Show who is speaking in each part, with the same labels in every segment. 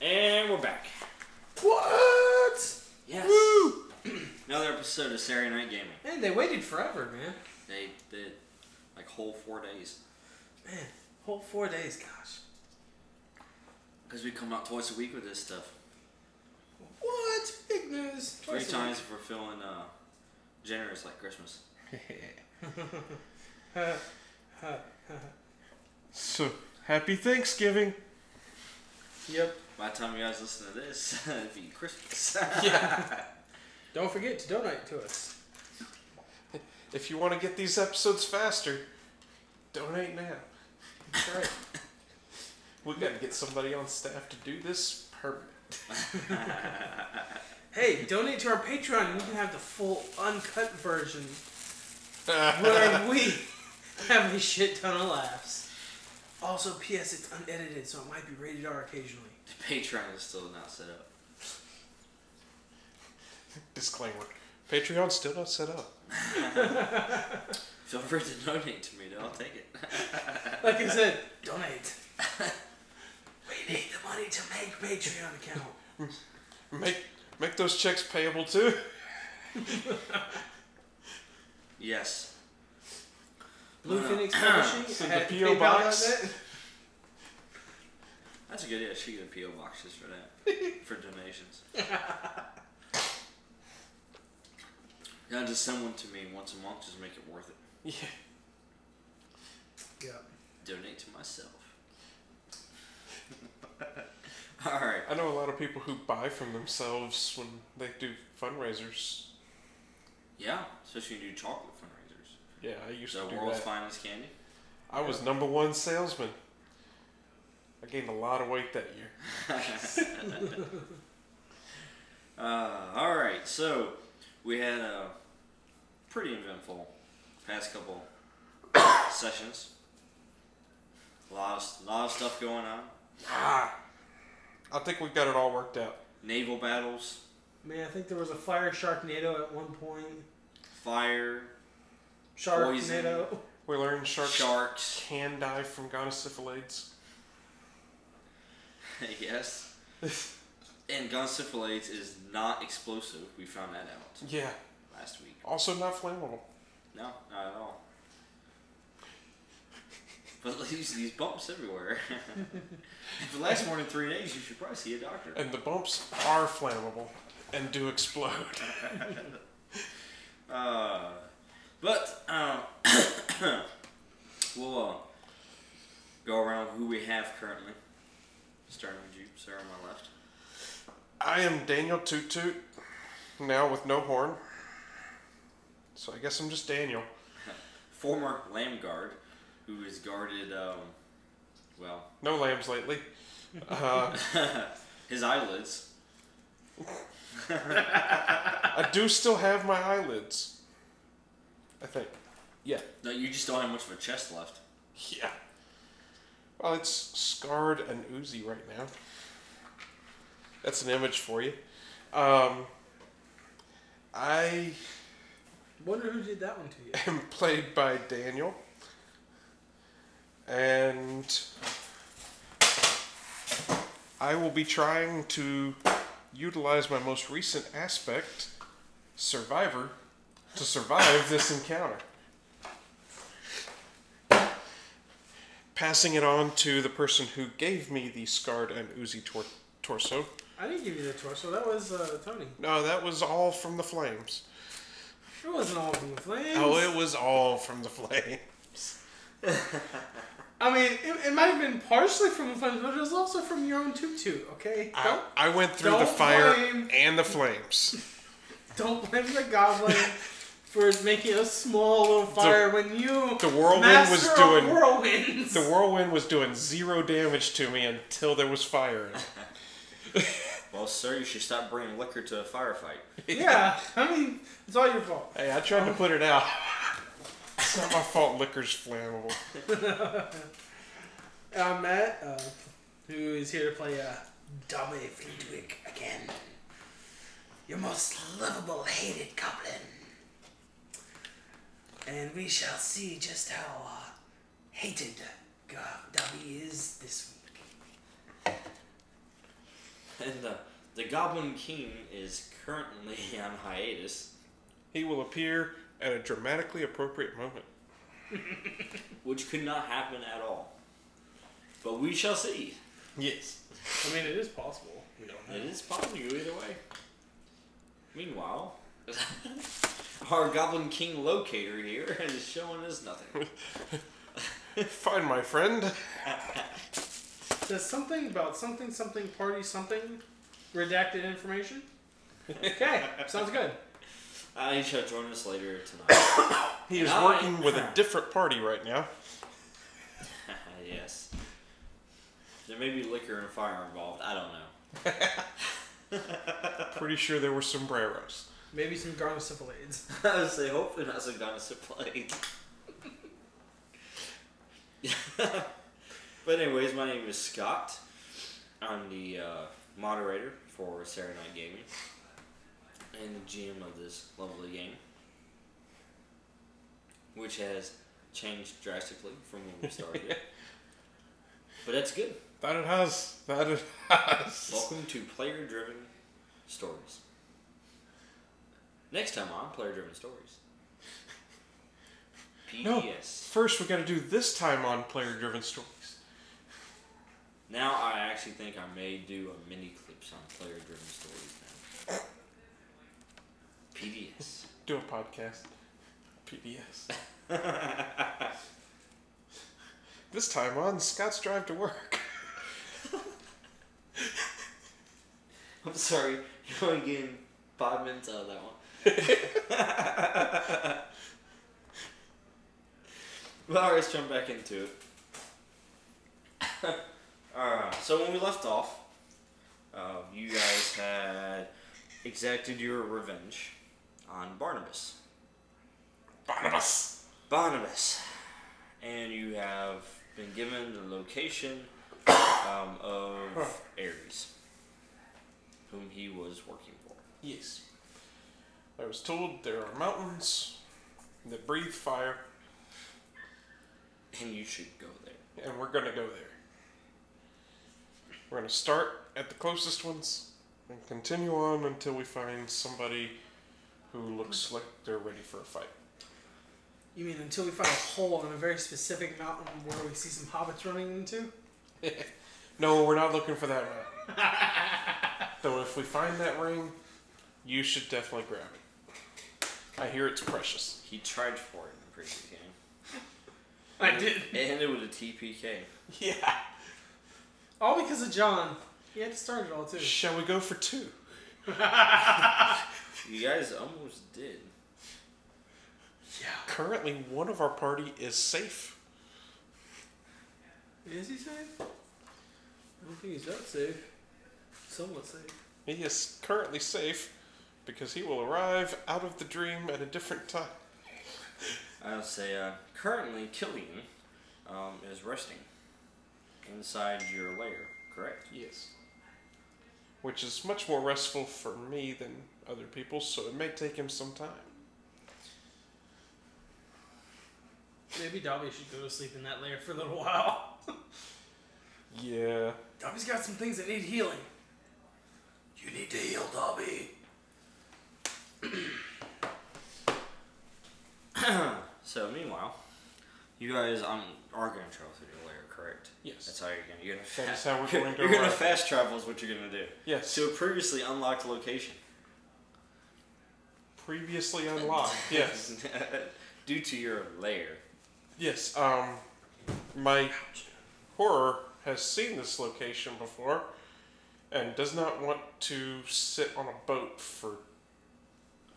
Speaker 1: And we're back.
Speaker 2: What?
Speaker 1: Yes. Another episode of Saturday Night Gaming.
Speaker 2: Man, they waited forever, man.
Speaker 1: They did like whole four days
Speaker 2: Man, whole four days, gosh.
Speaker 1: because we come out twice a week with this stuff.
Speaker 2: What? Big news.
Speaker 1: Three
Speaker 2: Twice a
Speaker 1: times if we're feeling uh, generous like Christmas.
Speaker 2: week.
Speaker 3: So, happy Thanksgiving.
Speaker 2: yep.
Speaker 1: By the time you guys listen to this, it'd be Christmas.
Speaker 2: Yeah. Don't forget to donate to us.
Speaker 3: If you want to get these episodes faster, donate now.
Speaker 2: That's right.
Speaker 3: We gotta get somebody on staff to do this permanent.
Speaker 2: hey, donate to our Patreon and you can have the full uncut version where we have a shit ton of laughs. Also, P.S. It's unedited, so it might be rated R occasionally.
Speaker 1: The Patreon is still not set up.
Speaker 3: Disclaimer: Patreon still not set up.
Speaker 1: Feel free to donate to me, though. I'll take it.
Speaker 2: Like I said, donate. we need the money to make Patreon account.
Speaker 3: Make make those checks payable too.
Speaker 1: Yes.
Speaker 2: Blue
Speaker 1: Wow.
Speaker 2: Phoenix Publishing.
Speaker 3: So
Speaker 2: I
Speaker 3: the
Speaker 2: had
Speaker 3: P.O. box?
Speaker 2: PayPal.net.
Speaker 1: That's a good idea. She get a PO box just for that, for donations. Now just send one to me once a month. Just make it worth it.
Speaker 3: Yeah.
Speaker 2: Yeah.
Speaker 1: Donate to myself. All right.
Speaker 3: I know a lot of people who buy from themselves when they do fundraisers.
Speaker 1: Yeah, especially when you do chocolate fundraisers.
Speaker 3: Yeah, I used
Speaker 1: So
Speaker 3: to do
Speaker 1: world's
Speaker 3: that.
Speaker 1: finest candy.
Speaker 3: I was number one salesman. I gained a lot of weight that year.
Speaker 1: Uh, all right. So we had a pretty eventful past couple sessions. A lot of lot of stuff going on.
Speaker 3: Ah, I think we've got it all worked out.
Speaker 1: Naval battles.
Speaker 2: Man, I think there was a fire sharknado at one point.
Speaker 1: fire, Poison.
Speaker 2: Sharknado.
Speaker 3: We learned sharks
Speaker 1: sharks.
Speaker 3: can die from gonosyphilids.
Speaker 1: yes. and gunsyphilades is not explosive. We found that out
Speaker 3: Yeah,
Speaker 1: last week.
Speaker 3: also not flammable.
Speaker 1: No, not at all. But leaves these bumps everywhere. if it lasts more than three days, you should probably see a doctor.
Speaker 3: And the bumps are flammable and do explode.
Speaker 1: Uh, but um, we'll uh, go around who we have currently. Starting with you, sir, on my left.
Speaker 3: I am Daniel Toot Toot, now with no horn. So I guess I'm just Daniel.
Speaker 1: former lamb guard who has guarded um, well
Speaker 3: No lambs lately. Uh,
Speaker 1: his eyelids
Speaker 3: I do still have my eyelids. I think. Yeah.
Speaker 1: no you just don't have much of a chest left
Speaker 3: Yeah. Well, it's scarred and oozy right now. That's an image for you. Um, I
Speaker 2: Wonder who did that one to you.
Speaker 3: am played by Daniel. And I will be trying to utilize my most recent aspect, Survivor, to survive this encounter. Passing it on to the person who gave me the scarred and oozy tor- torso.
Speaker 2: I didn't give you the torso. That was uh, Tony.
Speaker 3: No, that was all from the flames.
Speaker 2: It wasn't all from the flames.
Speaker 3: Oh, it was all from the flames.
Speaker 2: I mean, it, it might have been partially from the flames, but it was also from your own toot toot. Okay.
Speaker 3: I, I went through the
Speaker 2: don't
Speaker 3: fire
Speaker 2: blame-
Speaker 3: and the flames.
Speaker 2: Don't, don't blame the goblin for making a small little fire when you
Speaker 3: the whirlwind
Speaker 2: master
Speaker 3: was
Speaker 2: of
Speaker 3: doing-
Speaker 2: whirlwinds.
Speaker 3: The whirlwind was doing zero damage to me until there was fire. in it.
Speaker 1: well sir you should stop bringing liquor to a firefight
Speaker 2: yeah. I mean, it's all your fault.
Speaker 3: Hey, I tried to put it out. It's not my fault liquor's flammable.
Speaker 2: I'm Matt, uh, who is here to play uh, Dummy Fleetwick again. Your most lovable, hated goblin. And we shall see just how uh, hated Go- Dummy is this week.
Speaker 1: And the, the Goblin King is currently on hiatus,
Speaker 3: He will appear at a dramatically appropriate moment.
Speaker 1: which could not happen at all. But we shall see.
Speaker 3: Yes.
Speaker 2: I mean, it is possible. We don't
Speaker 1: It is possible to go either way. Meanwhile, our Goblin King locator here is showing us nothing.
Speaker 3: Fine, my friend.
Speaker 2: There's something about something, something, party, something, redacted information. Okay, sounds good.
Speaker 1: Uh, he shall join us later tonight.
Speaker 3: He is
Speaker 1: And I-
Speaker 3: working with a different party right now.
Speaker 1: yes. There may be liquor and fire involved. I don't know.
Speaker 3: Pretty sure there were sombreros.
Speaker 2: Maybe some garnosyphilades.
Speaker 1: I would say hopefully not some dinosaur plague. but anyways, my name is Scott. I'm the uh, moderator for Saturday Night Gaming and the GM of this lovely game, which has changed drastically from when we started. it. but that's good.
Speaker 3: That it has. That it has.
Speaker 1: Welcome to Player Driven Stories. Next time on Player Driven Stories.
Speaker 3: No.
Speaker 1: PDS.
Speaker 3: First, we got to do this time on player-driven stories.
Speaker 1: Now I actually think I may do a mini clips on Player Driven Stories now. PDS.
Speaker 3: Do a podcast. PDS. this time on Scott's drive to work.
Speaker 1: I'm sorry, you're only getting five minutes out of that one. well, alright, let's jump back into it. Alright, so when we left off, uh, you guys had exacted your revenge on Barnabas.
Speaker 3: Barnabas.
Speaker 1: Barnabas, and you have been given the location um, of Ares, whom he was working for.
Speaker 3: Yes. I was told there are mountains that breathe fire,
Speaker 1: and you should go there.
Speaker 3: and we're gonna go there. We're gonna start at the closest ones and continue on until we find somebody who looks like they're ready for a fight.
Speaker 2: You mean until we find a hole in a very specific mountain where we see some hobbits running into?
Speaker 3: No, we're not looking for that ring. Though if we find that ring, you should definitely grab it. I hear it's precious.
Speaker 1: He tried for it in the previous game.
Speaker 2: I did.
Speaker 1: It ended with a TPK.
Speaker 3: Yeah.
Speaker 2: All because of John. He had to start it all too.
Speaker 3: Shall we go for two?
Speaker 1: You guys almost did.
Speaker 2: Yeah.
Speaker 3: Currently, one of our party is safe.
Speaker 2: Is he safe? I don't think he's that safe. Somewhat safe.
Speaker 3: He is currently safe because he will arrive out of the dream at a different time.
Speaker 1: I'll say uh, currently Killian um, is resting inside your lair, correct?
Speaker 3: Yes. Which is much more restful for me than other people, so it may take him some time.
Speaker 2: Maybe Dobby should go to sleep in that lair for a little while.
Speaker 3: Yeah.
Speaker 2: Dobby's got some things that need healing. You need to heal, Dobby.
Speaker 1: So meanwhile, you guys um, are going to travel through your lair, correct?
Speaker 3: Yes.
Speaker 1: That's how you're going to. You're going to
Speaker 3: That is how we're going to
Speaker 1: You're going to
Speaker 3: arrive.
Speaker 1: fast travel is what you're going to do.
Speaker 3: Yes.
Speaker 1: To a previously unlocked location.
Speaker 3: Previously unlocked. Yes.
Speaker 1: Due to your lair.
Speaker 3: Yes, um, my horror has seen this location before and does not want to sit on a boat for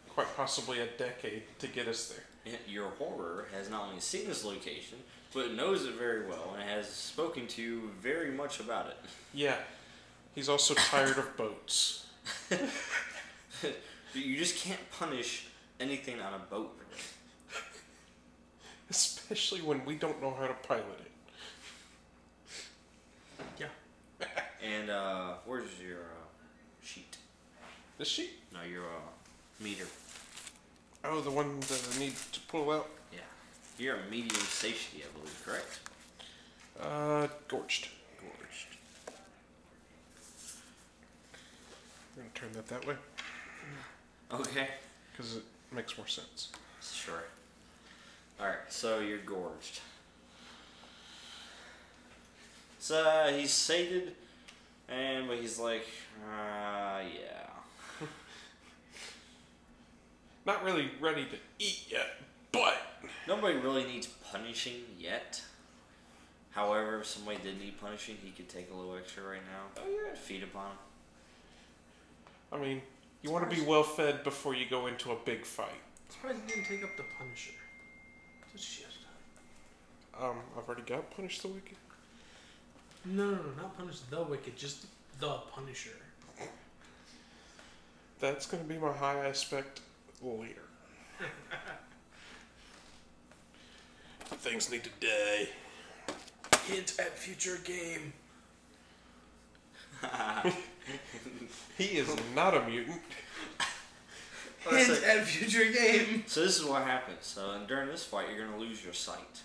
Speaker 3: quite possibly a decade to get us there.
Speaker 1: Your horror has not only seen this location, but knows it very well and has spoken to you very much about it.
Speaker 3: Yeah, he's also tired of boats.
Speaker 1: You just can't punish anything on a boat.
Speaker 3: Especially when we don't know how to pilot it.
Speaker 2: Yeah.
Speaker 1: And uh, where's your uh, sheet?
Speaker 3: The sheet?
Speaker 1: No, your uh, meter.
Speaker 3: Oh, the one that I need to pull out.
Speaker 1: Yeah. You're a medium satiety, I believe, correct?
Speaker 3: Uh, gorged.
Speaker 1: Gorged.
Speaker 3: turn that that way
Speaker 1: Okay.
Speaker 3: because it makes more sense.
Speaker 1: Sure. Alright, so you're gorged. So uh, he's sated, and but he's like, uh, yeah.
Speaker 3: Not really ready to eat yet, but
Speaker 1: Nobody really needs punishing yet. However, if somebody did need punishing, he could take a little extra right now. Oh yeah. Feed upon him.
Speaker 3: I mean, you want to be well fed before you go into a big fight.
Speaker 2: Surprised he didn't take up the Punisher. That's shit.
Speaker 3: Um, I've already got punish the wicked.
Speaker 2: No, no, no, not Punish the Wicked, just the Punisher.
Speaker 3: That's gonna be my high aspect later. Things need to die.
Speaker 2: Hint at future game.
Speaker 3: He is not a mutant.
Speaker 1: That's
Speaker 2: Hint
Speaker 1: it.
Speaker 2: at future game.
Speaker 1: So this is what happens. So and during this fight, you're gonna lose your sight,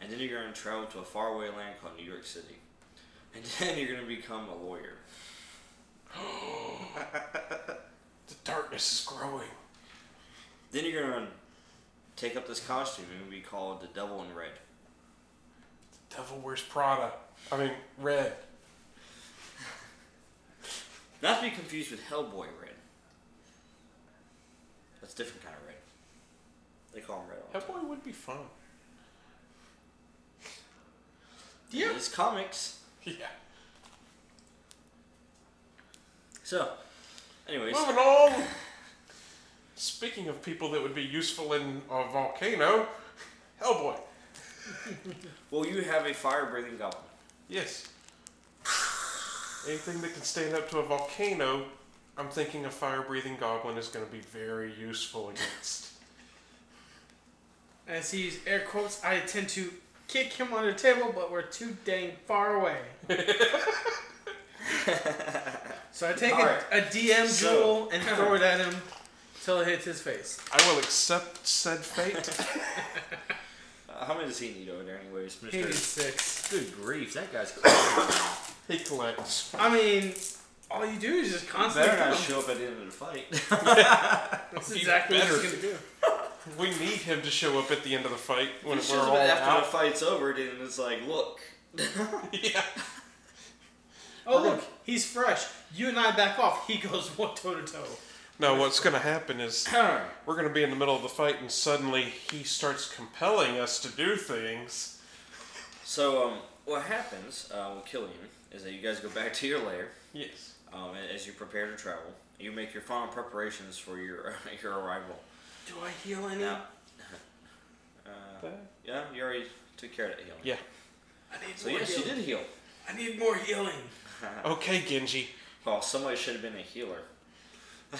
Speaker 1: and then you're gonna travel to a faraway land called New York City, and then you're gonna become a lawyer.
Speaker 3: The darkness is growing.
Speaker 1: Then you're gonna take up this costume and be called the Devil in Red.
Speaker 3: Devil wears Prada. I mean, red.
Speaker 1: Not to be confused with Hellboy Red. That's a different kind of red. They call him red. All the time.
Speaker 3: Hellboy would be fun.
Speaker 2: Yeah.
Speaker 1: It's comics.
Speaker 3: Yeah.
Speaker 1: So, anyways,
Speaker 3: Moving on. Speaking of people that would be useful in a volcano, Hellboy.
Speaker 1: well, you have a fire-breathing goblin.
Speaker 3: Yes. Anything that can stand up to a volcano, I'm thinking a fire breathing goblin is going to be very useful against.
Speaker 2: As he's air quotes, I intend to kick him on the table, but we're too dang far away. so I take a,
Speaker 1: Alright.
Speaker 2: a DM
Speaker 1: So-
Speaker 2: jewel and throw it at him till it hits his face.
Speaker 3: I will accept said fate.
Speaker 1: Uh, how many does he need over there, anyways,
Speaker 2: He needs
Speaker 1: Mister?
Speaker 2: six.
Speaker 1: Good grief, that guy's. crazy.
Speaker 3: he collects.
Speaker 2: I mean, all you do is just
Speaker 1: You
Speaker 2: constantly.
Speaker 1: better not
Speaker 2: kill him.
Speaker 1: show up at the end of the fight.
Speaker 2: That's
Speaker 3: You
Speaker 2: exactly what he's
Speaker 3: better.
Speaker 2: gonna do.
Speaker 3: We need him to show up at the end of the fight when
Speaker 1: Shows
Speaker 3: we're
Speaker 1: up
Speaker 3: all
Speaker 1: after
Speaker 3: out.
Speaker 1: the fight's over, then it's like, look,
Speaker 3: yeah.
Speaker 2: Oh look, he's fresh. You and I back off. He goes one toe to toe.
Speaker 3: No, what's going to happen is we're going to be in the middle of the fight, and suddenly he starts compelling us to do things.
Speaker 1: So, um, what happens uh, with Killian is that you guys go back to your lair
Speaker 3: Yes.
Speaker 1: um, a- as you prepare to travel. You make your final preparations for your your arrival.
Speaker 2: Do I heal
Speaker 3: Mm-hmm.
Speaker 2: any?
Speaker 1: Now, uh, yeah, you already took care of that healing.
Speaker 3: Yeah.
Speaker 2: I need
Speaker 1: So
Speaker 2: more
Speaker 1: yes, you
Speaker 2: healing.
Speaker 1: did heal.
Speaker 2: I need more healing.
Speaker 3: Okay, Genji.
Speaker 1: Well, Oh, somebody should have been a healer.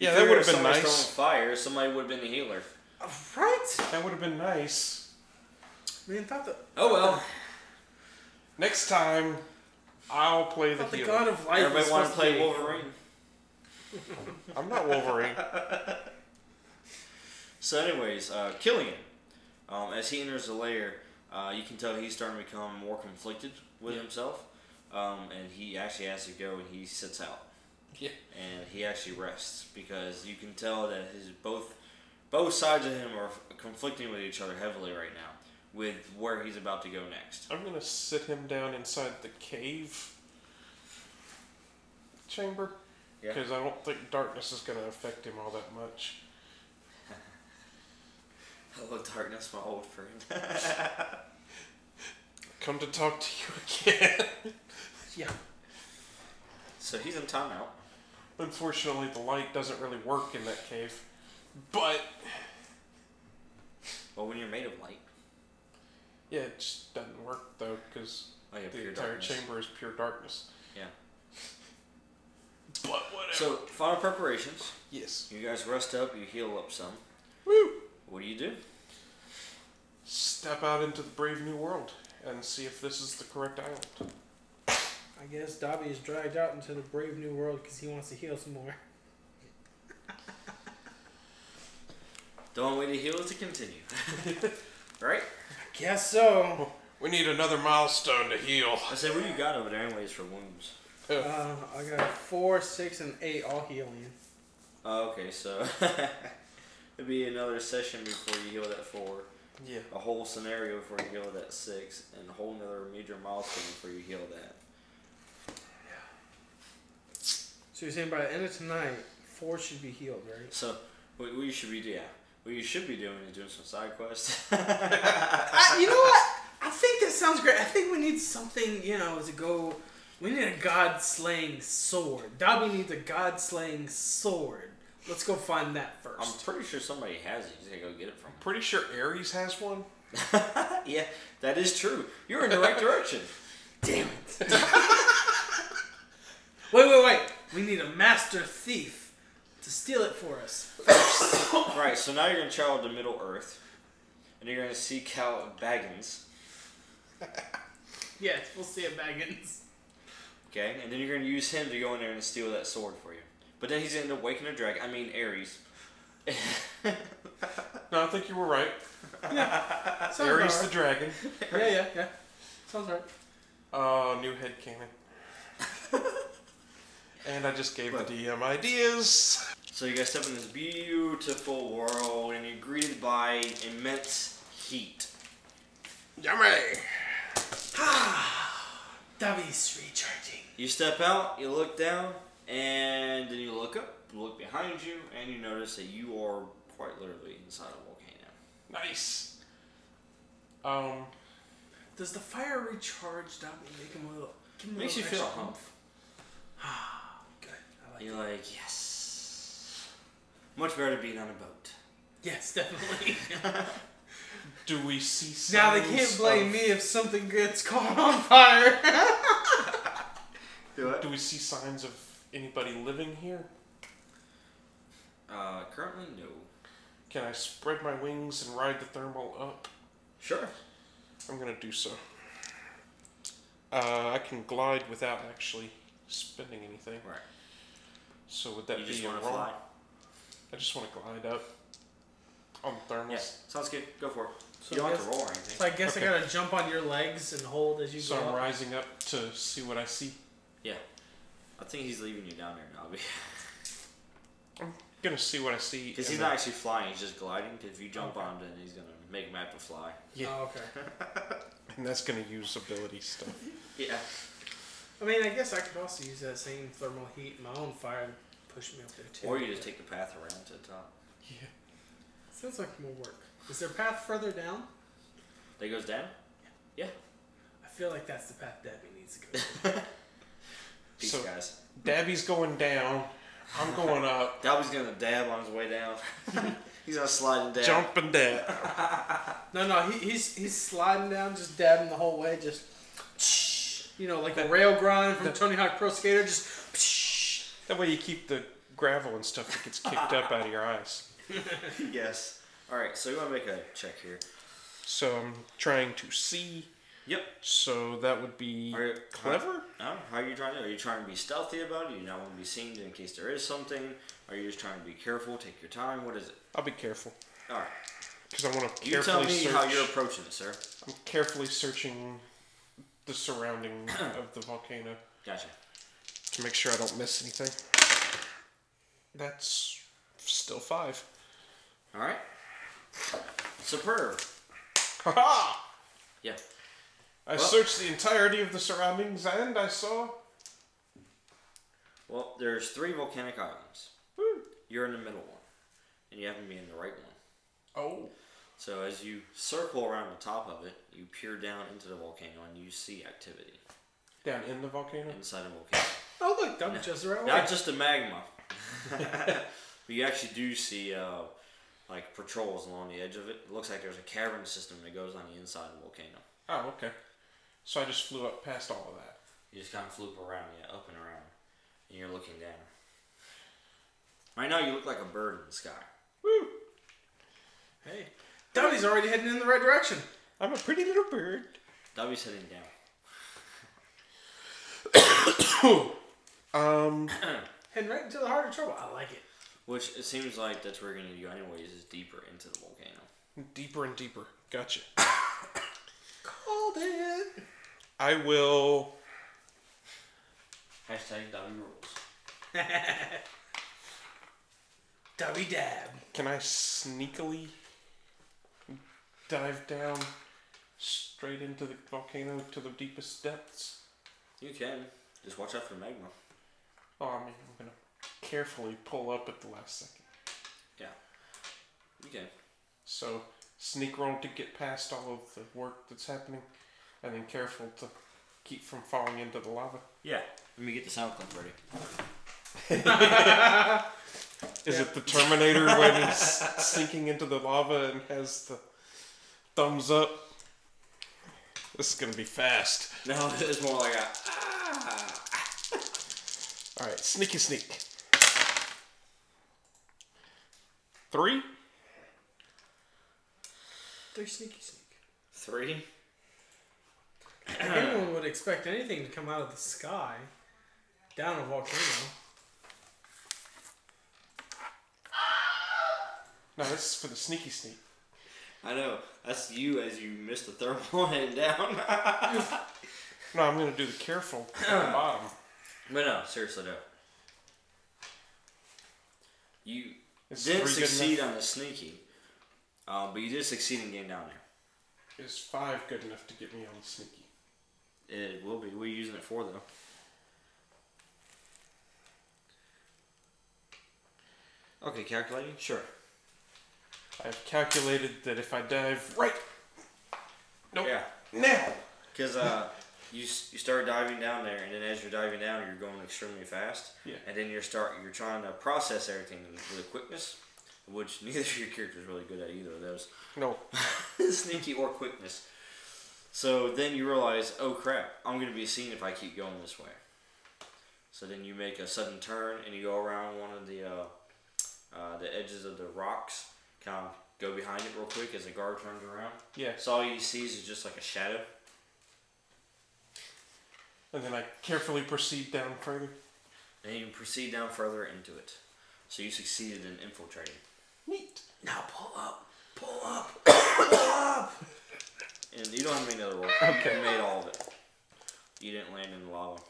Speaker 1: You
Speaker 3: Yeah, that
Speaker 1: figure
Speaker 3: would
Speaker 1: if
Speaker 3: have been
Speaker 1: somebody's
Speaker 3: nice.
Speaker 1: throwing fire, somebody would have been a healer.
Speaker 2: Uh, Right?
Speaker 3: That would have been nice.
Speaker 2: Man, thought the
Speaker 1: Oh well.
Speaker 3: Next time, I'll play the
Speaker 2: thought the
Speaker 3: healer.
Speaker 2: god of life.
Speaker 1: Everybody
Speaker 2: was
Speaker 1: want to
Speaker 2: supposed
Speaker 1: play
Speaker 2: be-
Speaker 1: Wolverine.
Speaker 3: I'm not Wolverine.
Speaker 1: So, anyways, uh, Killian, um, as he enters the lair, uh, you can tell he's starting to become more conflicted with
Speaker 3: Yeah.
Speaker 1: himself, um, and he actually has to go and he sits out
Speaker 3: yeah.
Speaker 1: and he actually rests because you can tell that his both both sides of him are conflicting with each other heavily right now with where he's about to go next.
Speaker 3: I'm gonna sit him down inside the cave chamber
Speaker 1: Yeah.
Speaker 3: because I don't think darkness is gonna affect him all that much.
Speaker 1: Hello, darkness, my old friend.
Speaker 3: Come to talk to you again.
Speaker 2: Yeah.
Speaker 1: so he's in timeout.
Speaker 3: Unfortunately, the light doesn't really work in that cave, but
Speaker 1: Well, when you're made of light,
Speaker 3: yeah, it just doesn't work though because
Speaker 1: like a
Speaker 3: the
Speaker 1: pure
Speaker 3: entire
Speaker 1: darkness.
Speaker 3: chamber is pure darkness.
Speaker 1: Yeah.
Speaker 3: But whatever.
Speaker 1: So final preparations.
Speaker 3: yes.
Speaker 1: You guys rest up. You heal up some.
Speaker 3: Woo.
Speaker 1: What do you do?
Speaker 3: Step out into the brave new world and see if this is the correct island.
Speaker 2: I guess Dobby is dragged out into the brave new world because he wants to heal some more.
Speaker 1: The only way to heal is to continue. right?
Speaker 2: Guess so.
Speaker 3: We need another milestone to heal.
Speaker 1: I said, what do you got over there, anyways, for wounds?
Speaker 2: Uh, I got a four, six, and eight, all healing.
Speaker 1: Oh, okay, so it'd be another session before you heal that four,
Speaker 3: Yeah.
Speaker 1: a whole scenario before you heal that six, and a whole another major milestone before you heal that.
Speaker 2: So you're saying by the end of tonight, four should be healed, right?
Speaker 1: So what what you should be yeah, what you should be doing is doing some side quests.
Speaker 2: I, you know what? I think that sounds great. I think we need something, you know, to go. We need a god slaying sword. Dobby needs a god slaying sword. Let's go find that
Speaker 1: I'm
Speaker 2: first.
Speaker 1: pretty sure somebody has it. You just gotta go get it from. 'em.
Speaker 3: Pretty sure Ares has one.
Speaker 1: yeah, that is true. You're in the right direction.
Speaker 2: Damn it. wait, wait, wait. We need a master thief to steal it for us.
Speaker 1: Right, so now you're gonna travel to Middle Earth, and you're gonna seek out Baggins.
Speaker 2: Yes, we'll see it, Baggins.
Speaker 1: Okay, and then you're gonna use him to go in there and steal that sword for you. But then he's gonna end up waking a dragon. I mean Ares.
Speaker 3: No, I think you were right.
Speaker 2: Sounds
Speaker 3: Ares the
Speaker 2: about
Speaker 3: dragon.
Speaker 2: right. Yeah, yeah, yeah. Sounds right.
Speaker 3: Oh, new head cannon. and I just gave
Speaker 1: Look.
Speaker 3: the DM ideas.
Speaker 1: so you guys step in this beautiful world, and you're greeted by immense heat.
Speaker 3: Yummy.
Speaker 2: Dobby's recharging.
Speaker 1: You step out, you look down, and then you look up, you look behind you, and you notice that you are quite literally inside a volcano.
Speaker 3: Nice. Um,
Speaker 2: Does the fire recharge Dobby? Make him a little. Give him a
Speaker 1: Makes you
Speaker 2: little
Speaker 1: feel a
Speaker 2: extra
Speaker 1: hump.
Speaker 2: oomph. Good. I like
Speaker 1: And
Speaker 2: it.
Speaker 1: you're like, yes. Much better than being on a boat.
Speaker 2: Yes, definitely.
Speaker 3: do we see?
Speaker 2: now they
Speaker 3: signs
Speaker 2: can't blame
Speaker 3: of-
Speaker 2: me if something gets caught on fire.
Speaker 1: Do it.
Speaker 3: Do we see signs of anybody living here?
Speaker 1: Uh, currently, no.
Speaker 3: Can I spread my wings and ride the thermal up?
Speaker 1: Sure.
Speaker 3: I'm gonna do so. Uh, I can glide without actually spending anything.
Speaker 1: Right.
Speaker 3: So would that
Speaker 1: you
Speaker 3: be
Speaker 1: just
Speaker 3: a
Speaker 1: want to
Speaker 3: roll?
Speaker 1: fly.
Speaker 3: I just want to glide up on the thermals.
Speaker 1: Yes, sounds good. Go for it.
Speaker 2: So
Speaker 1: you don't
Speaker 2: I
Speaker 1: have to
Speaker 2: guess-
Speaker 1: roll or
Speaker 2: so
Speaker 1: anything.
Speaker 2: I guess
Speaker 3: Okay.
Speaker 2: I gotta jump on your legs and hold as you
Speaker 3: So
Speaker 2: go.
Speaker 3: I'm
Speaker 2: up.
Speaker 3: rising up to see what I see.
Speaker 1: I think he's leaving you down there, Nobby.
Speaker 3: I'm gonna see what I see.
Speaker 1: Because
Speaker 3: and
Speaker 1: he's
Speaker 3: then-
Speaker 1: not actually flying, he's just gliding. 'Cause if you jump on him, then he's going to make him have to fly.
Speaker 3: Yeah.
Speaker 2: Oh, okay.
Speaker 3: And that's gonna use ability stuff.
Speaker 1: Yeah.
Speaker 2: I mean, I guess I could also use that same thermal heat, in my own fire, to push me up there too.
Speaker 1: Or you just take the path around to the top.
Speaker 3: Yeah.
Speaker 2: Sounds like more work. Is there a path further down?
Speaker 1: That goes down?
Speaker 2: I feel like that's the path Debbie needs to go.
Speaker 1: Peace,
Speaker 3: So-
Speaker 1: guys.
Speaker 3: Dabby's going down. I'm going up.
Speaker 1: Dobby's going to dab on his way down. he's going to slide and dab.
Speaker 3: Jumping down.
Speaker 2: No, no, he, he's he's sliding down, just dabbing the whole way, just you know, like the rail grind from Tony Hawk Pro Skater, just.
Speaker 3: That way you keep the gravel and stuff that gets kicked up out of your eyes.
Speaker 1: yes. All right, so we want to make a check here.
Speaker 3: So I'm trying to see.
Speaker 1: Yep.
Speaker 3: So that would be
Speaker 1: Are you-
Speaker 3: clever.
Speaker 1: Oh, how are you trying to? Are you trying to be stealthy about it? You not want to be seen in case there is something? Are you just trying to be careful, take your time? What is it?
Speaker 3: I'll be careful
Speaker 1: All right.
Speaker 3: because I want to
Speaker 1: You
Speaker 3: carefully
Speaker 1: tell me
Speaker 3: search.
Speaker 1: how you're approaching it, sir.
Speaker 3: I'm carefully searching the surrounding of the volcano
Speaker 1: Gotcha.
Speaker 3: to make sure I don't miss anything. That's still five.
Speaker 1: All right. Superb.
Speaker 3: Haha!
Speaker 1: Yeah.
Speaker 3: I
Speaker 1: Well-
Speaker 3: searched the entirety of the surroundings and I saw.
Speaker 1: Well, there's three volcanic islands.
Speaker 3: Woo.
Speaker 1: You're in the middle one, and you happen to be in the right one.
Speaker 3: Oh.
Speaker 1: So as you circle around the top of it, you peer down into the volcano and you see activity
Speaker 3: Down in the volcano.
Speaker 1: inside the volcano.
Speaker 2: Oh look, that was just the right way.
Speaker 1: Not just the magma. but you actually do see uh, like patrols along the edge of it. It looks like there's a cavern system that goes on the inside of the volcano.
Speaker 3: Oh, okay. So I just flew up past all of that.
Speaker 1: You just kind of floop around, yeah, up and around, and you're looking down. Right now, you look like a bird in the sky.
Speaker 3: Woo!
Speaker 2: Hey, Dobby's already heading in the right direction.
Speaker 3: I'm a pretty little bird.
Speaker 1: W's heading down.
Speaker 3: Um,
Speaker 2: Heading right into the heart of trouble. I like it.
Speaker 1: Which it seems like that's where you're gonna go anyways, is deeper into the volcano.
Speaker 3: deeper and deeper. Gotcha.
Speaker 2: Called it.
Speaker 3: I will
Speaker 1: Hashtag Dobby rules.
Speaker 2: Dubby dab.
Speaker 3: Can I sneakily dive down straight into the volcano to the deepest depths?
Speaker 1: You can. Just watch out for magma.
Speaker 3: Oh, I mean, I'm gonna carefully pull up at the last second.
Speaker 1: Yeah. You can.
Speaker 3: So sneak roll to get past all of the work that's happening, and then careful to keep from falling into the lava.
Speaker 1: Yeah. Let me get the sound clip ready.
Speaker 3: Is it the Terminator when he's sinking into the lava and has the thumbs up? This is gonna be fast.
Speaker 1: No, it's more like a.
Speaker 3: All right, sneaky sneak. Three.
Speaker 2: They're sneaky sneak.
Speaker 1: Three?
Speaker 2: Anyone would expect anything to come out of the sky, down a volcano.
Speaker 3: No, this is for the sneaky sneak.
Speaker 1: I know. That's you as you missed the third one and down.
Speaker 3: No, I'm gonna do the careful at the bottom.
Speaker 1: But no, seriously though. You
Speaker 3: Is
Speaker 1: did
Speaker 3: three good
Speaker 1: succeed on the sneaky, um, but you did succeed in getting down there.
Speaker 3: Is five good enough to get me on the sneaky?
Speaker 1: It will be. What are you using it for though? Okay, calculating. Sure.
Speaker 3: I've calculated that if I dive right Nope.
Speaker 1: Yeah,
Speaker 3: now,
Speaker 1: because uh, you s- you start diving down there, and then as you're diving down, you're going extremely fast.
Speaker 3: Yeah.
Speaker 1: And then you're start you're trying to process everything with quickness, which neither of your characters really good at either of those.
Speaker 3: no,
Speaker 1: sneaky or quickness. So then you realize, oh crap, I'm gonna be seen if I keep going this way. So then you make a sudden turn and you go around one of the uh, uh, the edges of the rocks, kind of go behind it real quick as the guard turns around.
Speaker 3: yes.
Speaker 1: So all you see is just like a shadow.
Speaker 3: And then I carefully proceed down further.
Speaker 1: And you proceed down further into it. So you succeeded in infiltrating.
Speaker 3: Neat.
Speaker 2: Now pull up, pull up.
Speaker 1: And you don't have to make another roll.
Speaker 3: Okay.
Speaker 1: You made all of it. You didn't land in the lava.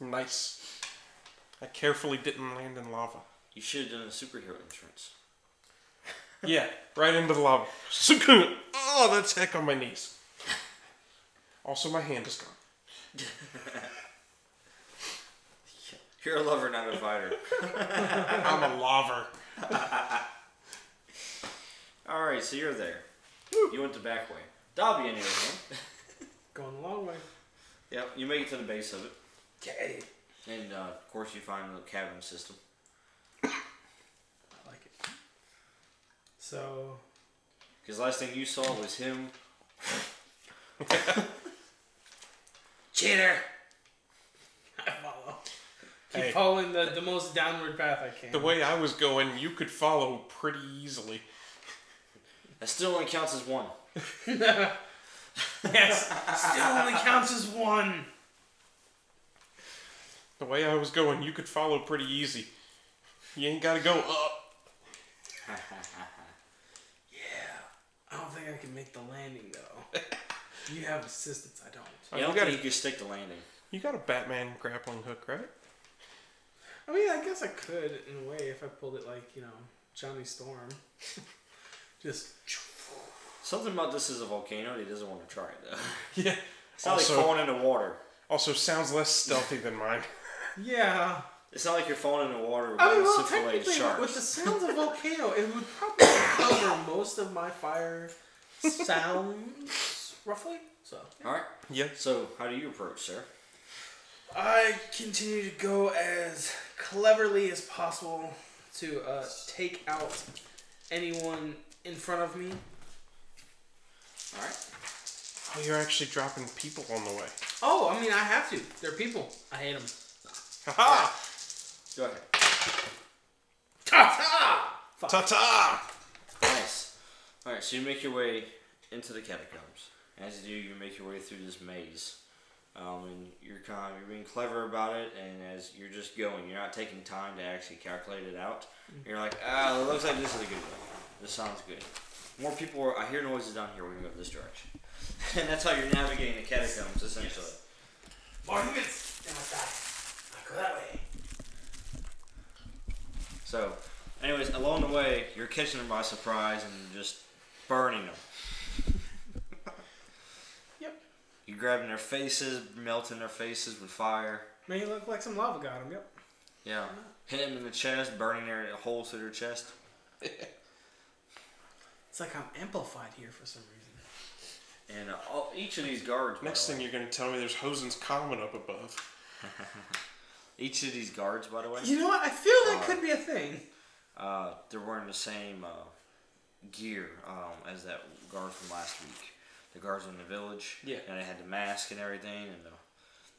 Speaker 3: Nice. I carefully didn't land in lava.
Speaker 1: You should have done a superhero entrance.
Speaker 3: Yeah, right into the lava. Sukoon. Oh, that's heck on my knees. Also, my hand is gone.
Speaker 1: You're a lover, not a fighter.
Speaker 3: I'm a lover.
Speaker 1: All right, so you're there. You went the back way. Dobby, anyway.
Speaker 2: Going the long way.
Speaker 1: yep, you make it to the base of it,
Speaker 2: Okay.
Speaker 1: and uh, of course you find the cabin system.
Speaker 2: I like it. So,
Speaker 1: Because last thing you saw was him.
Speaker 2: cheater. I follow. Keep
Speaker 3: Hey.
Speaker 2: following Oh, the, the most downward path I can.
Speaker 3: The way I was going, you could follow pretty easily.
Speaker 1: That still only counts as one.
Speaker 2: yes. Still only counts as one.
Speaker 3: The way I was going, you could follow pretty easy. You ain't gotta go up.
Speaker 2: Yeah. I don't think I can make the landing though. you have assistance. I don't.
Speaker 1: I
Speaker 3: you
Speaker 1: don't
Speaker 3: gotta-
Speaker 1: think you can stick the landing.
Speaker 3: You got a Batman grappling hook, right?
Speaker 2: I mean, I guess I could in a way if I pulled it like you know Johnny Storm. Just
Speaker 1: Something about this is a volcano. He doesn't want to try it though.
Speaker 3: Yeah.
Speaker 1: It's not
Speaker 3: Also,
Speaker 1: like falling into water.
Speaker 3: also sounds less stealthy than mine.
Speaker 2: yeah.
Speaker 1: It's not like you're falling into water with
Speaker 2: I mean,
Speaker 1: a
Speaker 2: well,
Speaker 1: syphilitic
Speaker 2: technically,
Speaker 1: shark.
Speaker 2: with the sounds of volcano, it would probably cover most of my fire sounds, roughly. So
Speaker 1: All right.
Speaker 3: Yeah.
Speaker 1: So how do you approach, sir?
Speaker 2: I continue to go as cleverly as possible to uh, take out anyone in front of me.
Speaker 1: All right.
Speaker 3: Oh, you're actually dropping people on the way.
Speaker 2: Oh, I mean, I have to. They're people. I hate them.
Speaker 3: Haha!
Speaker 1: Go ahead.
Speaker 3: Ta ta!
Speaker 1: Nice. All right, so you make your way into the catacombs. As you do, you make your way through this maze, um, and you're kind, you're being clever about it. And as you're just going, you're not taking time to actually calculate it out. You're like, ah, it looks like this is a good way. This sounds good. More people are. I hear noises down here. We're gonna go this direction, and that's how you're navigating the catacombs, essentially.
Speaker 2: More humans. Then I die. I
Speaker 1: So, anyways, along the way, you're catching them by surprise and just burning them.
Speaker 2: Yep.
Speaker 1: You're grabbing their faces, melting their faces with fire.
Speaker 2: Made it look like some lava got him. Yep.
Speaker 1: Yeah. Hitting them in the chest, burning their holes through their chest.
Speaker 2: It's like I'm amplified here for some reason.
Speaker 1: And uh, all, each of these guards. by
Speaker 3: Next
Speaker 1: the way-
Speaker 3: thing you're going to tell me there's Hosen's Comet up above.
Speaker 1: Each of these guards, by the way,
Speaker 2: You know what? I feel that could be a thing.
Speaker 1: uh, they're wearing the same uh, gear um, as that guard from last week. The guards in the village.
Speaker 3: Yeah.
Speaker 1: And they had the mask and everything and the,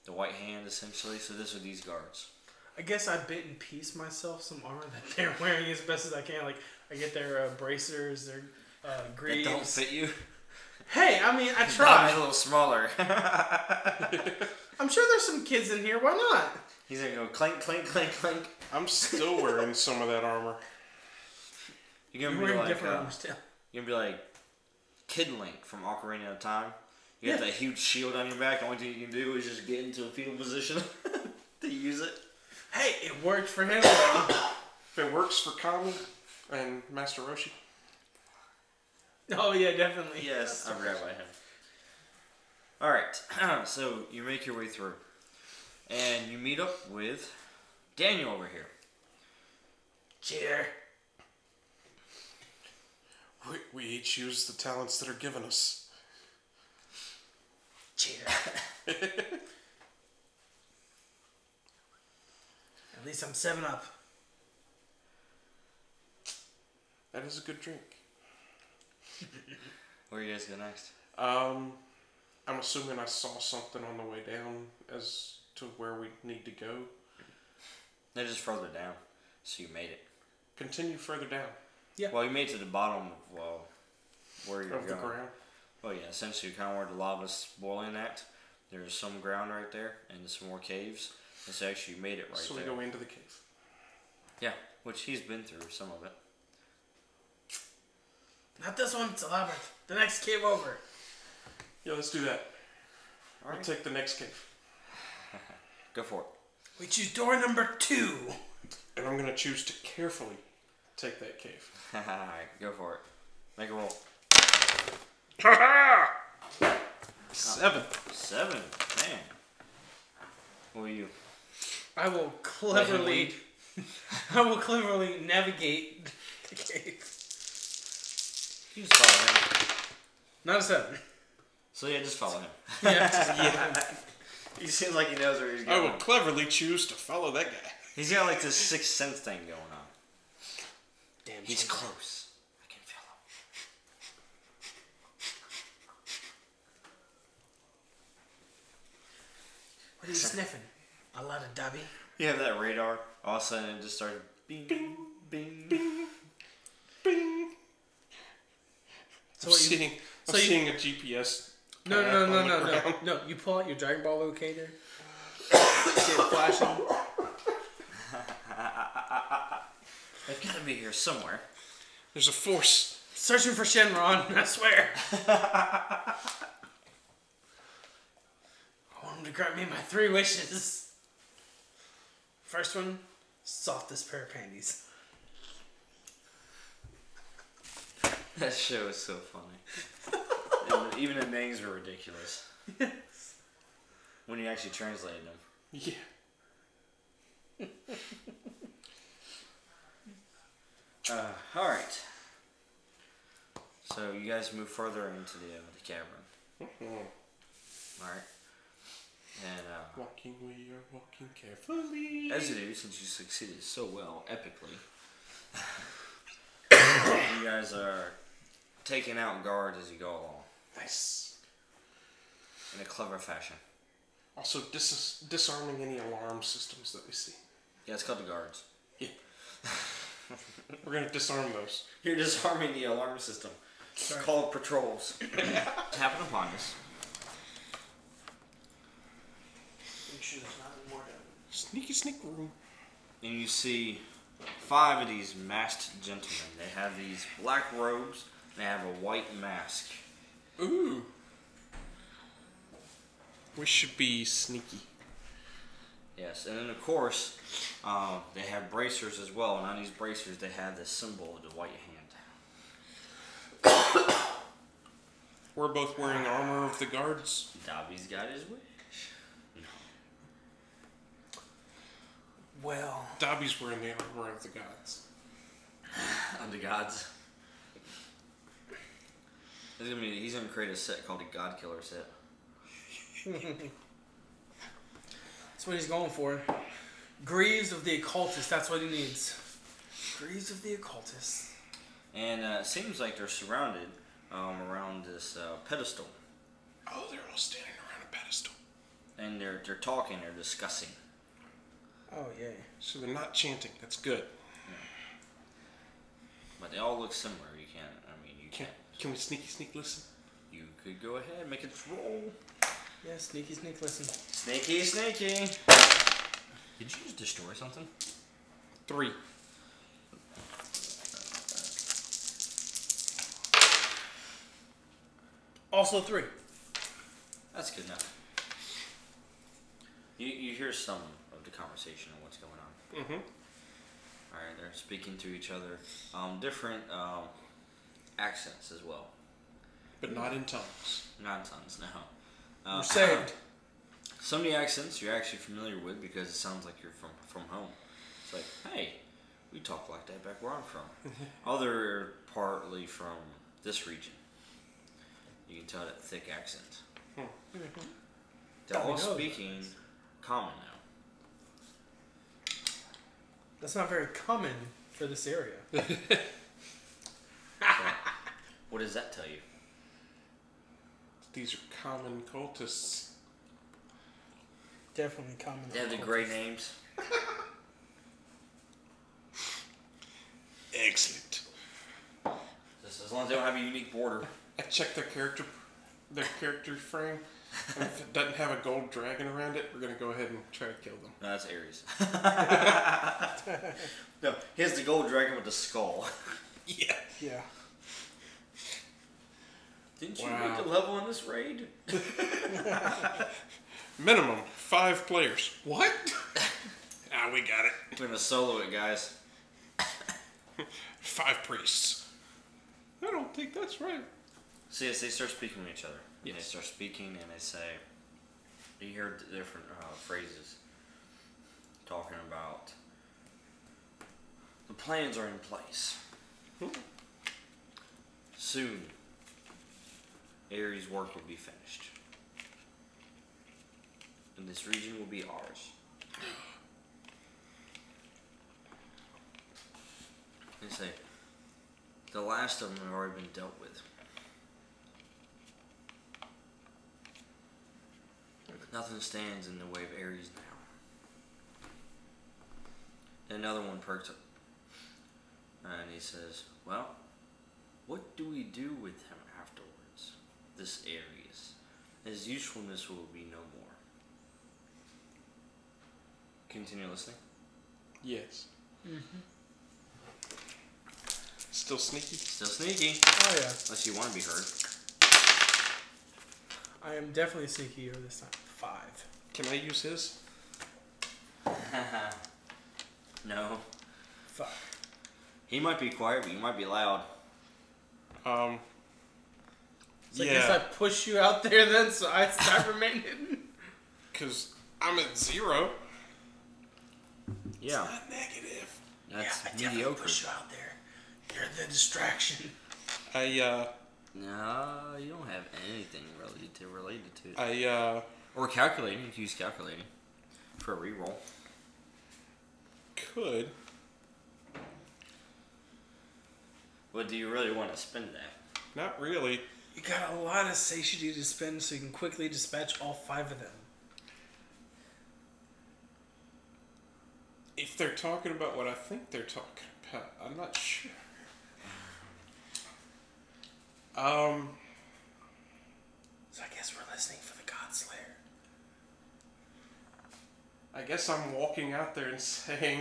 Speaker 1: the white hand, essentially. So, this are these guards.
Speaker 2: I guess I bit and piece myself some armor that they're wearing as best as I can. Like I get their uh, bracers, their uh,
Speaker 1: They don't
Speaker 2: greaves.
Speaker 1: fit you.
Speaker 2: Hey, I mean, I
Speaker 1: Try a
Speaker 2: tried.
Speaker 1: little smaller.
Speaker 2: I'm sure there's some kids in here. Why not?
Speaker 1: He's gonna go clink, clink, clink, clink.
Speaker 3: I'm still wearing some of that armor.
Speaker 1: You're
Speaker 2: You're
Speaker 1: gonna be
Speaker 2: wearing
Speaker 1: like,
Speaker 2: different
Speaker 1: uh,
Speaker 2: armor still.
Speaker 1: you're gonna be like Kid Link from Ocarina of Time. You got
Speaker 2: Yeah.
Speaker 1: that huge shield on your back. The only thing you can do is just get into a fetal position to use it.
Speaker 2: Hey, it worked for him. though.
Speaker 3: If it works for Kami and Master Roshi,
Speaker 2: oh yeah, definitely.
Speaker 1: Yes, I forgot about him. All right, so you make your way through, and you meet up with Daniel over here.
Speaker 2: Cheer.
Speaker 3: we, we each use the talents that are given us.
Speaker 2: Cheer. At least I'm seven up.
Speaker 3: That is a good drink.
Speaker 1: Where you guys go next?
Speaker 3: Um, I'm assuming I saw something on the way down as to where we need to go.
Speaker 1: They're just further down, so you made it.
Speaker 3: Continue further down
Speaker 1: Well, you made it to the bottom of well, where you're
Speaker 3: of the
Speaker 1: going.
Speaker 3: ground.
Speaker 1: Well, yeah, essentially kind of where the lava's boiling at. There's some ground right there, and some more caves. And so actually, you made it right
Speaker 3: so
Speaker 1: there.
Speaker 3: we go into the cave.
Speaker 1: Yeah, which he's been through some of it.
Speaker 2: Not this one, it's a labyrinth. The next cave over.
Speaker 3: Yeah, let's do that.
Speaker 1: All
Speaker 3: I'll
Speaker 1: right,
Speaker 3: take the next cave.
Speaker 1: go for it.
Speaker 2: We choose door number two.
Speaker 3: And I'm going to choose to carefully take that cave.
Speaker 1: All right, go for it. Make a roll.
Speaker 3: Seven.
Speaker 1: Seven, man. What are you?
Speaker 2: I will cleverly, I will cleverly navigate the cave.
Speaker 1: You just follow him.
Speaker 2: Not a seven.
Speaker 1: So yeah, just follow him.
Speaker 2: Yeah, just- yeah.
Speaker 1: He seems like he knows where he's
Speaker 3: I will cleverly choose to follow that guy.
Speaker 1: He's got like this sixth sense thing going on.
Speaker 2: Damn.
Speaker 1: He's
Speaker 2: He's
Speaker 1: close. I can feel him.
Speaker 2: what are you sniffing? A lot of dubby.
Speaker 1: You have that radar. All of a sudden, it just started bing, bing, bing.
Speaker 3: Bing.
Speaker 2: So
Speaker 3: I'm
Speaker 2: what you?
Speaker 3: seeing, I'm
Speaker 2: so you-
Speaker 3: seeing a GPS.
Speaker 2: No, no, no,
Speaker 3: on
Speaker 2: no,
Speaker 3: the
Speaker 2: no, no.
Speaker 3: ground.
Speaker 2: No, you pull out your Dragon Ball locator. see it flashing.
Speaker 1: They've got to be here somewhere.
Speaker 3: There's a force.
Speaker 2: Searching for Shenron. I swear. I want him to grant me my three wishes. First one, softest pair of panties.
Speaker 1: That show is so funny. And the- even the names were ridiculous. When you actually translated them.
Speaker 3: Yeah.
Speaker 1: Uh, all right. So you guys move further into the, uh, the cavern. All right. And uh,
Speaker 3: Walking, we are walking carefully.
Speaker 1: as you do, since you succeeded so well, epically, you guys are taking out guards as you go along
Speaker 3: Nice.
Speaker 1: in a clever fashion.
Speaker 3: Also, dis- disarming any alarm systems that we see.
Speaker 1: Yeah, it's called the guards.
Speaker 3: We're gonna disarm those.
Speaker 1: You're disarming the alarm system.
Speaker 2: Sorry.
Speaker 1: Call patrols. Happen upon us.
Speaker 2: Make sure there's not more
Speaker 3: Sneaky sneak room.
Speaker 1: and you see five of these masked gentlemen. They have these black robes. They have a white mask.
Speaker 3: Ooh. We should be sneaky.
Speaker 1: Yes, and then of course, um, they have bracers as well, and on these bracers they have the symbol of the white hand.
Speaker 3: We're both wearing armor of the guards.
Speaker 1: Dobby's got his wish.
Speaker 2: Well,
Speaker 3: Dobby's wearing the armor of the gods.
Speaker 1: Of the gods. He's gonna, be, he's gonna create a set called the God Killer set.
Speaker 2: that's what he's going for. Greaves of the occultist. That's what he needs. Greaves of the occultist.
Speaker 1: And uh, it seems like they're surrounded um, around this uh, pedestal.
Speaker 3: Oh, they're all standing around a pedestal.
Speaker 1: And they're, they're talking, they're discussing.
Speaker 2: Oh yeah.
Speaker 3: So they're not chanting. That's good.
Speaker 1: But they all look similar. You can't, I mean, you
Speaker 3: Can,
Speaker 1: can't.
Speaker 3: can we sneaky sneak listen?
Speaker 1: You could go ahead, make it roll.
Speaker 2: Yeah, sneaky sneak. Listen.
Speaker 1: Snaky, snaky. Did you just destroy something?
Speaker 3: Three.
Speaker 2: Also three.
Speaker 1: That's good enough. You, you hear some of the conversation and what's going on.
Speaker 3: Mm-hmm.
Speaker 1: All right, they're speaking to each other, um, different um, accents as well.
Speaker 3: But not in tongues.
Speaker 1: Not tons, no.
Speaker 2: We're
Speaker 1: Uh,
Speaker 2: saved.
Speaker 1: Some of the accents you're actually familiar with because it sounds like you're from from home. It's like, hey, we talk like that back where I'm from. Other partly from this region. You can tell that thick accent.
Speaker 3: Hmm.
Speaker 1: They're
Speaker 2: Probably
Speaker 1: all
Speaker 2: knows.
Speaker 1: speaking common now.
Speaker 2: That's not very common for this area.
Speaker 1: What does that tell you?
Speaker 3: These are common cultists.
Speaker 2: Definitely common.
Speaker 1: They have the great names.
Speaker 3: Excellent.
Speaker 1: Just as long as they don't have a unique border.
Speaker 3: I checked their character, their character frame. And if it doesn't have a gold dragon around it, we're gonna go ahead and try to kill them.
Speaker 1: No, that's Aries. no, here's the gold dragon with the skull.
Speaker 3: Yeah.
Speaker 2: Yeah.
Speaker 1: Didn't
Speaker 3: you read the
Speaker 1: level on this raid?
Speaker 3: Minimum five players. What? ah, we got it.
Speaker 1: We're gonna solo it, guys.
Speaker 3: Five priests. I don't think that's right.
Speaker 1: See, as they start speaking to each other, and they
Speaker 3: Yes.
Speaker 1: start speaking and they say, you hear d- different uh, phrases talking about the plans are in place.
Speaker 3: Hmm.
Speaker 1: Soon, Ares' work will be finished. And this region will be ours. They say, the last of them have already been dealt with. Nothing stands in the way of Aries now. And another one perks up. And he says, Well, what do we do with him afterwards? This Aries. His usefulness will be no more. Continue listening.
Speaker 3: Yes. Mm-hmm. Still sneaky.
Speaker 1: Still sneaky.
Speaker 2: Oh yeah.
Speaker 1: Unless you want to be heard.
Speaker 2: I am definitely sneakier this time. Five.
Speaker 3: Can I use his?
Speaker 1: No.
Speaker 2: Fuck.
Speaker 1: He might be quiet, but you might be loud.
Speaker 3: Um.
Speaker 2: So I guess I push you out there then, so I, I remain hidden.
Speaker 3: Because I'm at zero.
Speaker 1: Yeah.
Speaker 3: Not negative.
Speaker 1: That's
Speaker 2: I definitely
Speaker 1: mediocre.
Speaker 2: Push you out there. You're the distraction.
Speaker 3: I uh
Speaker 1: No, you don't have anything related to related to it.
Speaker 3: I uh
Speaker 1: Or calculating. You can use calculating for a reroll.
Speaker 3: could.
Speaker 1: But do you really want to spend that?
Speaker 3: Not really.
Speaker 2: You got a lot of satiety to spend, so you can quickly dispatch all five of them.
Speaker 3: If they're talking about what I think they're talking about, I'm not sure. Um.
Speaker 2: So I guess we're listening for the God Slayer.
Speaker 3: I guess I'm walking out there and saying,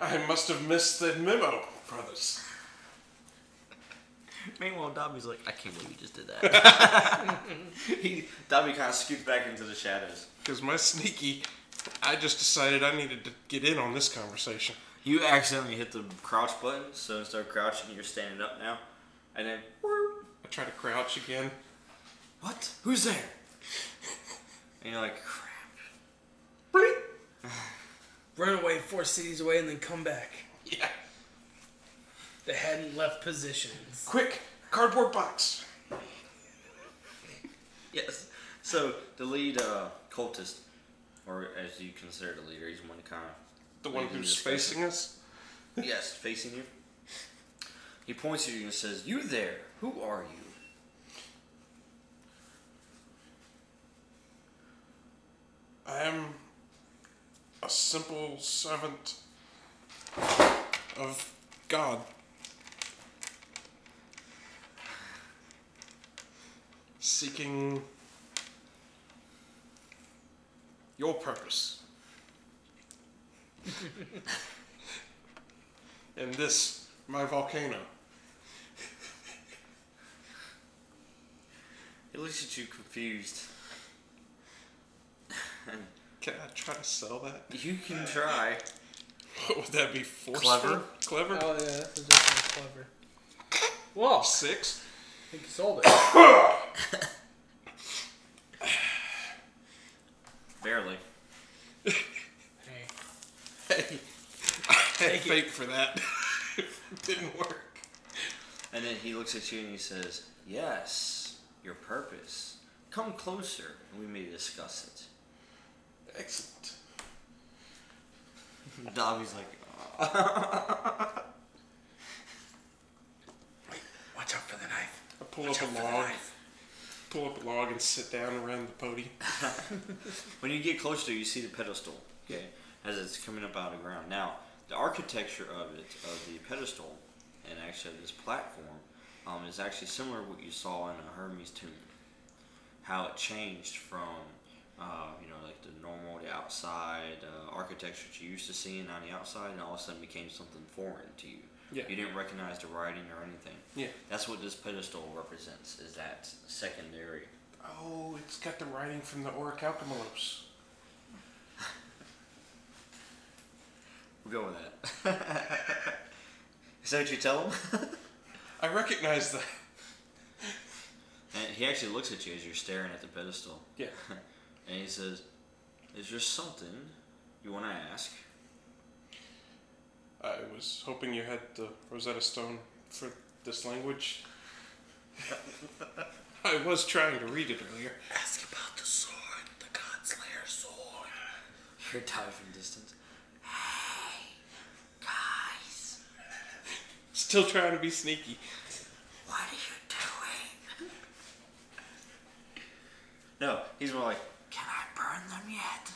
Speaker 3: I must have missed the memo, brothers.
Speaker 1: Meanwhile, Dobby's like, I can't believe you just did that. he, Dobby kind of scoots back into the shadows.
Speaker 3: Because my sneaky I just decided I needed to get in on this conversation.
Speaker 1: You accidentally hit the crouch button, so instead of crouching, you're standing up now. And then, "Whoop."
Speaker 3: I try to crouch again.
Speaker 1: what? Who's there? and you're like, crap.
Speaker 3: Bleep.
Speaker 2: Run away four cities away and then come back.
Speaker 3: Yeah.
Speaker 2: They hadn't left positions.
Speaker 3: Quick, cardboard box.
Speaker 1: Yes. So the lead uh, cultist, or as you consider the leader, he's one kind
Speaker 3: The one who's facing us.
Speaker 1: of yes facing you. He points at you and says, "You there? Who are you?"
Speaker 3: I am a simple servant of God. Seeking your purpose. and this, my volcano.
Speaker 1: He looks at you confused.
Speaker 3: Can I try to sell that?
Speaker 1: You can try.
Speaker 3: What would that be? Forceful?
Speaker 1: Clever.
Speaker 3: Clever?
Speaker 2: Oh yeah, that's just clever. Well,
Speaker 3: Six?
Speaker 2: I think you sold it.
Speaker 1: Barely.
Speaker 2: Hey,
Speaker 3: Hey, I had
Speaker 2: Thank you.
Speaker 3: faith for that. it didn't work.
Speaker 1: And then he looks at you and he says, "Yes, your purpose. Come closer, and we may discuss it."
Speaker 3: Excellent.
Speaker 1: Dobby's like,
Speaker 2: watch out for the knife.
Speaker 3: I pull up a log. Pull up a log and sit down around the podium.
Speaker 1: When you get closer to it, you see the pedestal, okay, as it's coming up out of the ground. Now, the architecture of it, of the pedestal, and actually of this platform, um, is actually similar to what you saw in a Hermes tomb. How it changed from, uh, you know, like the normal, the outside uh, architecture that you used to seeing on the outside, and all of a sudden became something foreign to you.
Speaker 3: Yeah.
Speaker 1: You didn't recognize the writing or anything.
Speaker 3: Yeah.
Speaker 1: That's what this pedestal represents. Is that secondary?
Speaker 3: Oh, it's got the writing from the Auric Alchemalos.
Speaker 1: We'll go with that. Is that what you tell him?
Speaker 3: I recognize that.
Speaker 1: And he actually looks at you as you're staring at the pedestal.
Speaker 3: Yeah.
Speaker 1: And he says, Is there something you want to ask?
Speaker 3: I was hoping you had the Rosetta Stone for this language. I was trying to read it earlier.
Speaker 1: Ask about the sword, the Godslayer sword. You're diving from distance. Hey, guys,
Speaker 3: Still trying to be sneaky.
Speaker 1: what are you doing? No, he's more like, Can I burn them yet?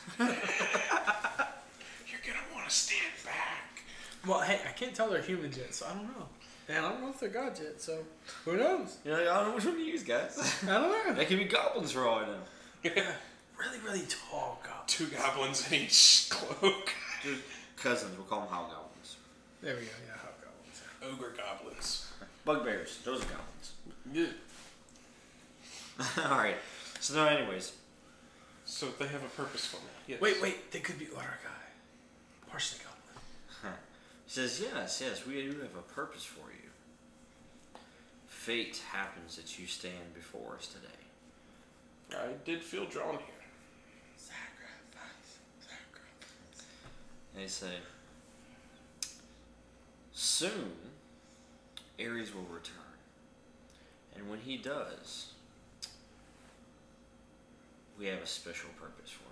Speaker 3: You're gonna want to stand back.
Speaker 2: Well, hey, I can't tell they're humans yet, so I don't know. And I don't know if they're gods yet, so who knows?
Speaker 1: You're like, I don't know which one to use, guys.
Speaker 2: I don't know.
Speaker 1: They could be goblins for all I know.
Speaker 2: Really, really tall goblin.
Speaker 3: Two goblins in each cloak.
Speaker 1: They're cousins, we'll call them hobgoblins.
Speaker 2: There we go. Yeah, hobgoblins.
Speaker 3: Ogre goblins.
Speaker 1: Bugbears, those are goblins.
Speaker 3: Yeah.
Speaker 1: All right. So no, anyways,
Speaker 3: So they have a purpose for me. Yes.
Speaker 2: Wait, wait. They could be Auric guy. Partially goblin.
Speaker 1: he says yes, yes, we do have a purpose for you. Fate happens that you stand before us today.
Speaker 3: I did feel drawn here.
Speaker 2: Sacrifice. Sacrifice.
Speaker 1: And they say, soon, Ares will return, and when he does, we have a special purpose for you.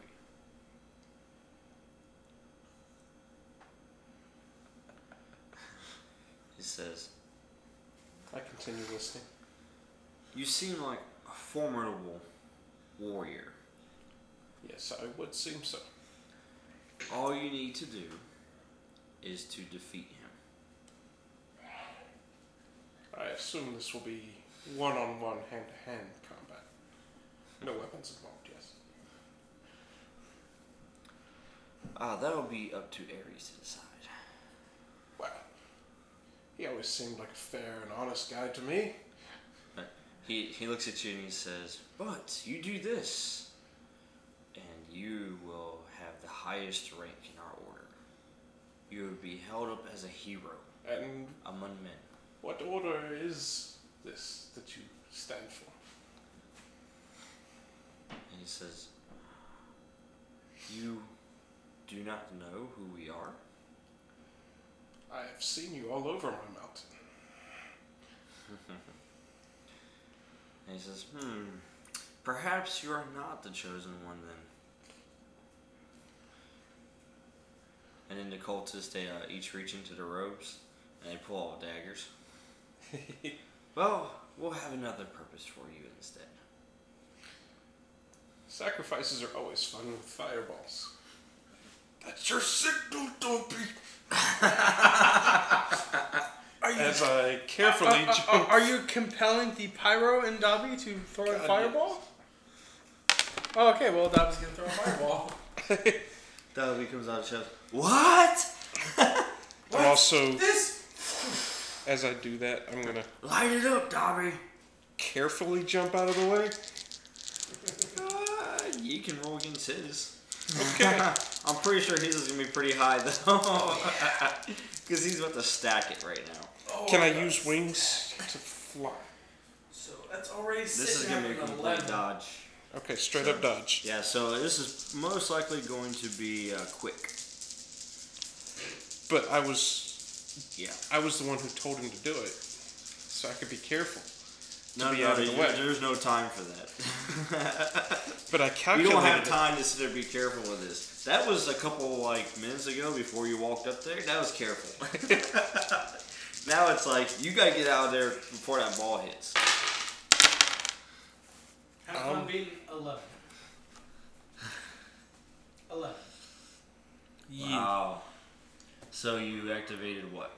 Speaker 1: He says.
Speaker 3: I continue listening.
Speaker 1: You seem like a formidable warrior.
Speaker 3: Yes, I would seem so.
Speaker 1: All you need to do is to defeat him.
Speaker 3: I assume this will be one-on-one, hand-to-hand combat. No weapons involved. Yes.
Speaker 1: Ah, that'll be up to Ares to decide.
Speaker 3: Wow. He always seemed like a fair and honest guy to me.
Speaker 1: He, he looks at you and he says, But you do this, and you will have the highest rank in our order. You would be held up as a hero
Speaker 3: And
Speaker 1: among men.
Speaker 3: what order is this that you stand for?
Speaker 1: And he says, You do not know who we are?
Speaker 3: I have seen you all over my mountain.
Speaker 1: And he says, Hmm, perhaps you are not the chosen one then. And then the cultists, they uh, each reach into their robes and they pull out daggers. well, we'll have another purpose for you instead.
Speaker 3: Sacrifices are always fun with fireballs. That's your signal, don't be.
Speaker 2: Are you,
Speaker 3: As I carefully
Speaker 2: are, are-
Speaker 3: jump.
Speaker 2: Uh, are you compelling the Pyro and Dobby to throw
Speaker 3: God,
Speaker 2: a
Speaker 3: yes.
Speaker 2: fireball? Oh, okay, well, Dobby's gonna throw a fireball.
Speaker 1: Dudley comes out and shouts, What?
Speaker 3: I'm also,
Speaker 2: this?
Speaker 3: as I do that, I'm gonna
Speaker 1: Light it up, Dobby.
Speaker 3: carefully jump out of the way.
Speaker 1: Uh, you can roll against his.
Speaker 3: Okay.
Speaker 1: I'm pretty sure his is gonna be pretty high though, because he's about to stack it right now.
Speaker 3: Can I use wings to fly?
Speaker 2: Oh So that's already
Speaker 1: This is
Speaker 2: sitting
Speaker 1: gonna be a
Speaker 2: at an
Speaker 1: complete
Speaker 2: 11.
Speaker 1: dodge.
Speaker 3: Okay, straight up dodge.
Speaker 1: Yeah, so this is most likely going to be uh, quick.
Speaker 3: But I was
Speaker 1: Yeah.
Speaker 3: I was the one who told him to do it, so I could be careful.
Speaker 1: No,
Speaker 3: be
Speaker 1: no,
Speaker 3: out of the
Speaker 1: you-
Speaker 3: way.
Speaker 1: there's no time for that.
Speaker 3: But I
Speaker 1: you
Speaker 3: calculated.
Speaker 1: don't have
Speaker 3: it.
Speaker 1: time to sit there and be careful with this. That was a couple like minutes ago before you walked up there. That was careful. now it's like you gotta get out of there before that ball hits.
Speaker 2: Have fun
Speaker 3: Um,
Speaker 2: being 11. 11.
Speaker 1: Wow. So you activated what?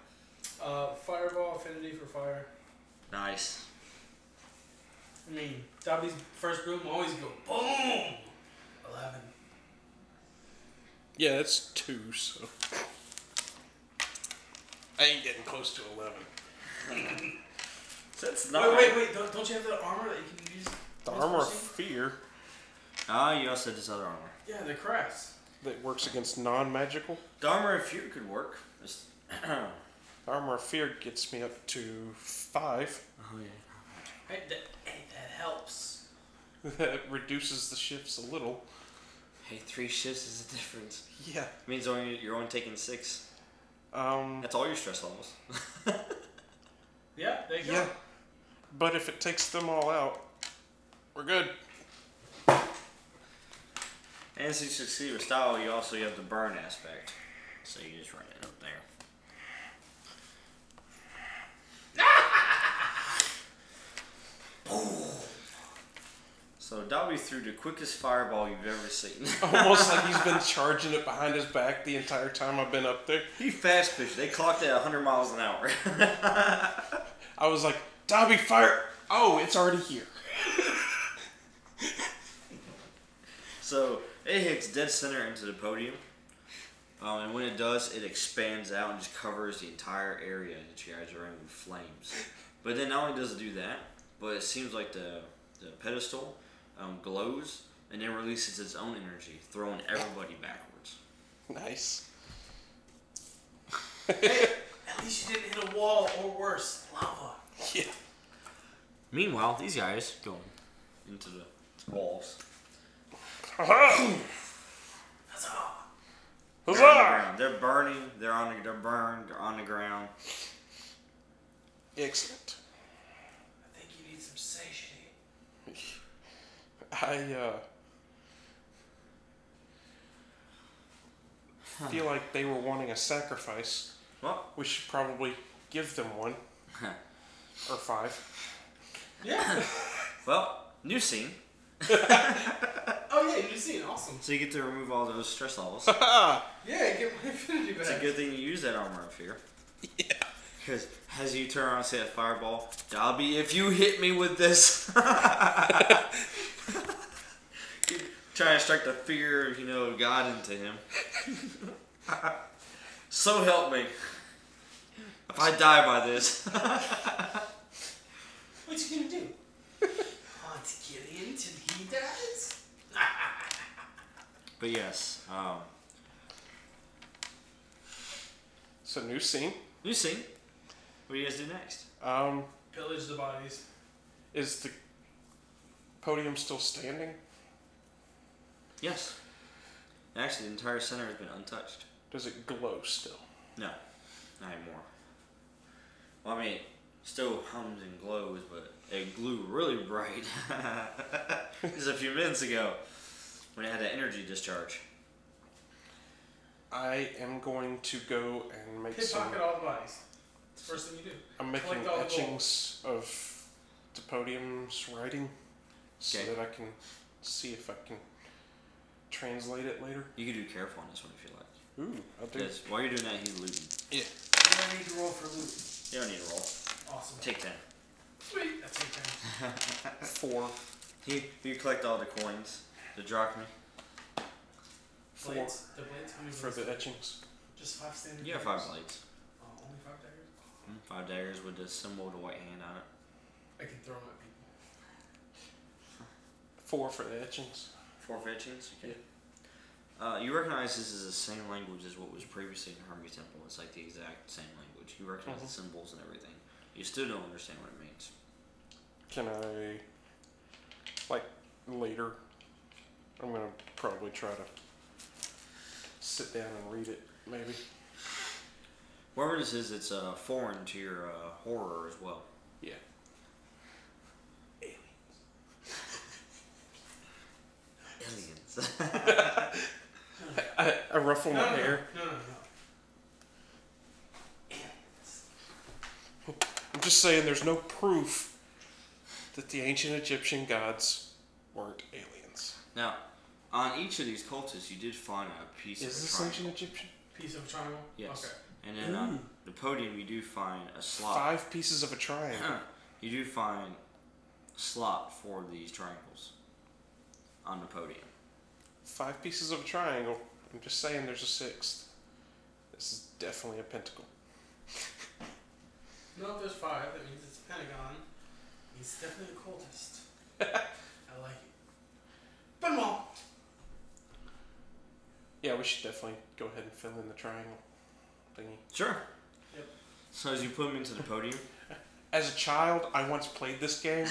Speaker 2: Uh, fireball affinity for fire.
Speaker 1: Nice.
Speaker 2: I mean, Dobby's first boom always go boom. Eleven.
Speaker 3: Yeah, it's two, so. I ain't getting close to 11.
Speaker 1: That's
Speaker 2: wait, wait, wait! Don't, don't you have the armor that you can use?
Speaker 3: The
Speaker 2: use
Speaker 3: armor of
Speaker 2: piercing?
Speaker 3: fear
Speaker 1: Ah, you also had this other armor.
Speaker 2: Yeah, the crest.
Speaker 3: that works against non magical.
Speaker 1: The armor of fear could work. It's- oh
Speaker 3: The armor of fear gets me up to five.
Speaker 1: yeah.
Speaker 2: Hey, that, hey, that helps.
Speaker 3: That reduces the shifts a little.
Speaker 1: Hey, three shifts is the difference.
Speaker 3: Yeah.
Speaker 1: means only you're only taking six.
Speaker 3: Um,
Speaker 1: That's all your stress levels.
Speaker 2: Yeah, there you
Speaker 3: yeah.
Speaker 2: go.
Speaker 3: But if it takes them all out, we're good.
Speaker 1: and since you succeed with style, you also have the burn aspect. So you just run it up there. So Dobby threw the quickest fireball you've ever seen.
Speaker 3: Almost like he's been charging it behind his back the entire time I've been up there.
Speaker 1: He fast pitched. They clocked at 100 miles an hour.
Speaker 3: I was like, Dobby, fire! Oh, it's already here.
Speaker 1: so it hits dead center into the podium. Um, and when it does, it expands out and just covers the entire area that you guys are in with flames. But then not only does it do that, but it seems like the, the pedestal um, glows and then releases its own energy, throwing everybody backwards.
Speaker 3: Nice.
Speaker 2: At least you didn't hit a wall or worse, lava.
Speaker 3: Yeah.
Speaker 1: Meanwhile, these guys go into the walls.
Speaker 3: Huzzah!
Speaker 2: That's all.
Speaker 1: They're, on the
Speaker 3: Huzzah!
Speaker 1: ground. they're burning. They're on. The, they're burned. They're on the ground.
Speaker 3: Excellent.
Speaker 2: I think you need some satiety.
Speaker 3: I uh, feel like they were wanting a sacrifice.
Speaker 1: Well,
Speaker 3: We should probably give them one or five.
Speaker 2: Yeah.
Speaker 1: well, new scene.
Speaker 2: oh yeah, you just seen awesome.
Speaker 1: So you get to remove all those stress levels.
Speaker 2: Yeah, get my infinity back.
Speaker 1: It's a good thing you use that armor up here. Yeah. Because as you turn around and say that fireball, Dobby, if you hit me with this. Trying to strike the fear of, you know, God into him. so help me. If I die by this.
Speaker 2: What you gonna do? Want to get in till he dies?
Speaker 1: But yes, um,
Speaker 3: So new scene.
Speaker 1: New scene. What do you guys do next?
Speaker 3: Um,
Speaker 2: Pillage the bodies.
Speaker 3: is the podium still standing?
Speaker 1: Yes. Actually, the entire center has been untouched.
Speaker 3: Does it glow still?
Speaker 1: No, not anymore. Well, I mean, it still hums and glows, but it glue really bright just a few minutes ago when it had that energy discharge.
Speaker 3: I am going to go and make some.
Speaker 2: Pickpocket all the bodies. It's the first thing you do.
Speaker 3: I'm making
Speaker 2: collect all the
Speaker 3: etchings of the podium's writing, so
Speaker 1: Okay.
Speaker 3: that I can see if I can translate it later.
Speaker 1: You can do careful on this one if you like.
Speaker 3: Ooh, I'll do.
Speaker 1: Because while you're doing that, he's looting.
Speaker 3: Yeah.
Speaker 2: You don't need to roll for loot.
Speaker 1: You don't need to roll.
Speaker 2: Awesome.
Speaker 1: Take that.
Speaker 2: Sweet. That's your turn.
Speaker 3: Four.
Speaker 1: You, you collect all the coins, the drachma.
Speaker 3: Four
Speaker 2: Blades. The blades. How many
Speaker 3: for
Speaker 2: blades?
Speaker 3: the etchings.
Speaker 2: Just five standard.
Speaker 1: You have
Speaker 2: daggers?
Speaker 1: five blades.
Speaker 2: Oh, only five daggers.
Speaker 1: Mm, Five daggers with the symbol of the white hand on it.
Speaker 2: I can throw them at people.
Speaker 3: Four for the etchings.
Speaker 1: Four fetchings? Okay. Uh, you recognize this is the same language as what was previously in Harmony Temple. It's like the exact same language. You recognize the
Speaker 3: Mhm.
Speaker 1: symbols and everything. You still don't understand what it means.
Speaker 3: Can I, like, later? I'm gonna probably try to sit down and read it, maybe.
Speaker 1: Whatever this is, it's uh, foreign to your uh, horror as well.
Speaker 3: Yeah.
Speaker 1: Aliens.
Speaker 3: I, I ruffle
Speaker 2: no,
Speaker 3: my
Speaker 2: no,
Speaker 3: hair.
Speaker 2: No, no, no.
Speaker 3: I'm just saying there's no proof that the ancient Egyptian gods weren't aliens.
Speaker 1: now, on each of these cultists, you did find a piece of
Speaker 3: Is
Speaker 1: a
Speaker 3: this
Speaker 1: triangle.
Speaker 3: ancient Egyptian?
Speaker 2: Piece of a triangle.
Speaker 1: Yes.
Speaker 2: Okay.
Speaker 1: And then on the podium, you do find a slot.
Speaker 3: Five pieces of a triangle.
Speaker 1: you do find a slot for these triangles on the podium.
Speaker 3: Five pieces of a triangle. I'm just saying there's a sixth. This is definitely a pentacle.
Speaker 2: No, if there's five, that means it's a pentagon. He's definitely a cultist. I like it. Benoit.
Speaker 3: Yeah, we should definitely go ahead and fill in the triangle thingy.
Speaker 1: Sure.
Speaker 2: Yep.
Speaker 1: So as you put them into the podium,
Speaker 3: As a child, I once played this game.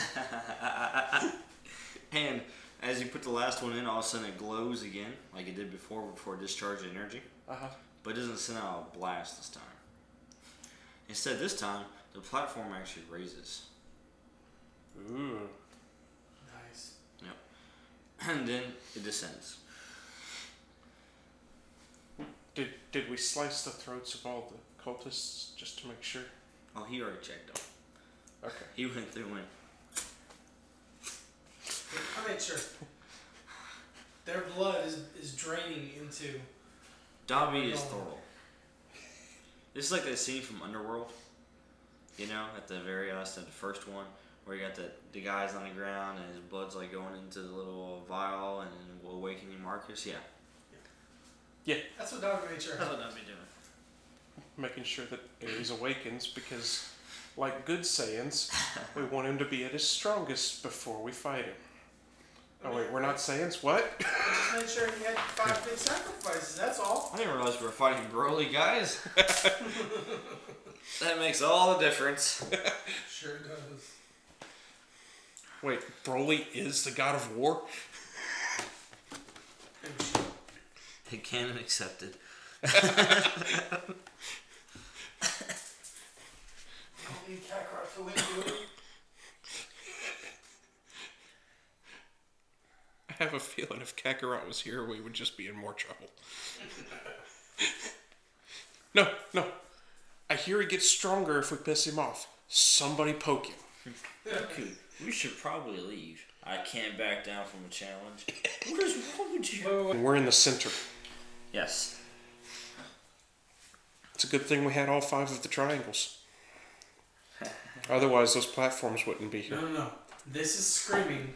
Speaker 1: and as you put the last one in, all of a sudden it glows again, like it did before, before it discharged the energy,
Speaker 3: Uh-huh.
Speaker 1: but it doesn't send out a blast this time. Instead, this time, the platform actually raises.
Speaker 3: Ooh.
Speaker 2: Nice.
Speaker 1: And then it descends.
Speaker 3: Did did we slice the throats of all the cultists just to make sure?
Speaker 1: Oh, he already checked off.
Speaker 3: Okay.
Speaker 1: He went through and
Speaker 2: I made sure. Their blood is, is draining into.
Speaker 1: Dobby
Speaker 2: Oh.
Speaker 1: is Thorol. This is like that scene from Underworld, you know, at the very last of the first one, where you got the, the guy's on the ground and his blood's like going into the little vial and awakening Marcus. Yeah,
Speaker 2: That's what Dog made sure.
Speaker 1: that's what Dobby doing.
Speaker 3: Making sure that Ares awakens because like good Saiyans, we want him to be at his strongest before we fight him. Oh wait, we're not Saiyans? What?
Speaker 2: I just made sure he had five big sacrifices. That's all.
Speaker 1: I didn't realize we were fighting Broly, guys. that makes all the difference.
Speaker 2: Sure does.
Speaker 3: Wait, Broly is the god of war?
Speaker 2: Oh, shit.
Speaker 1: The canon accepted.
Speaker 2: I don't need Kakarot to win, dude.
Speaker 3: I have a feeling if Kakarot was here, we would just be in more trouble. no, no. I hear he gets stronger if we piss him off. Somebody poke him.
Speaker 1: We should probably leave. I can't back down from a challenge. What is wrong with you?
Speaker 3: And we're in the center.
Speaker 1: Yes.
Speaker 3: It's a good thing we had all five of the triangles. Otherwise, those platforms wouldn't be
Speaker 2: No,
Speaker 3: here.
Speaker 2: no, no. This is screaming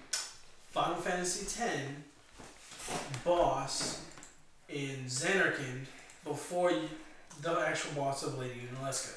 Speaker 2: Final Fantasy X boss in Xanarkand before you, the actual boss of Lady Unalesca.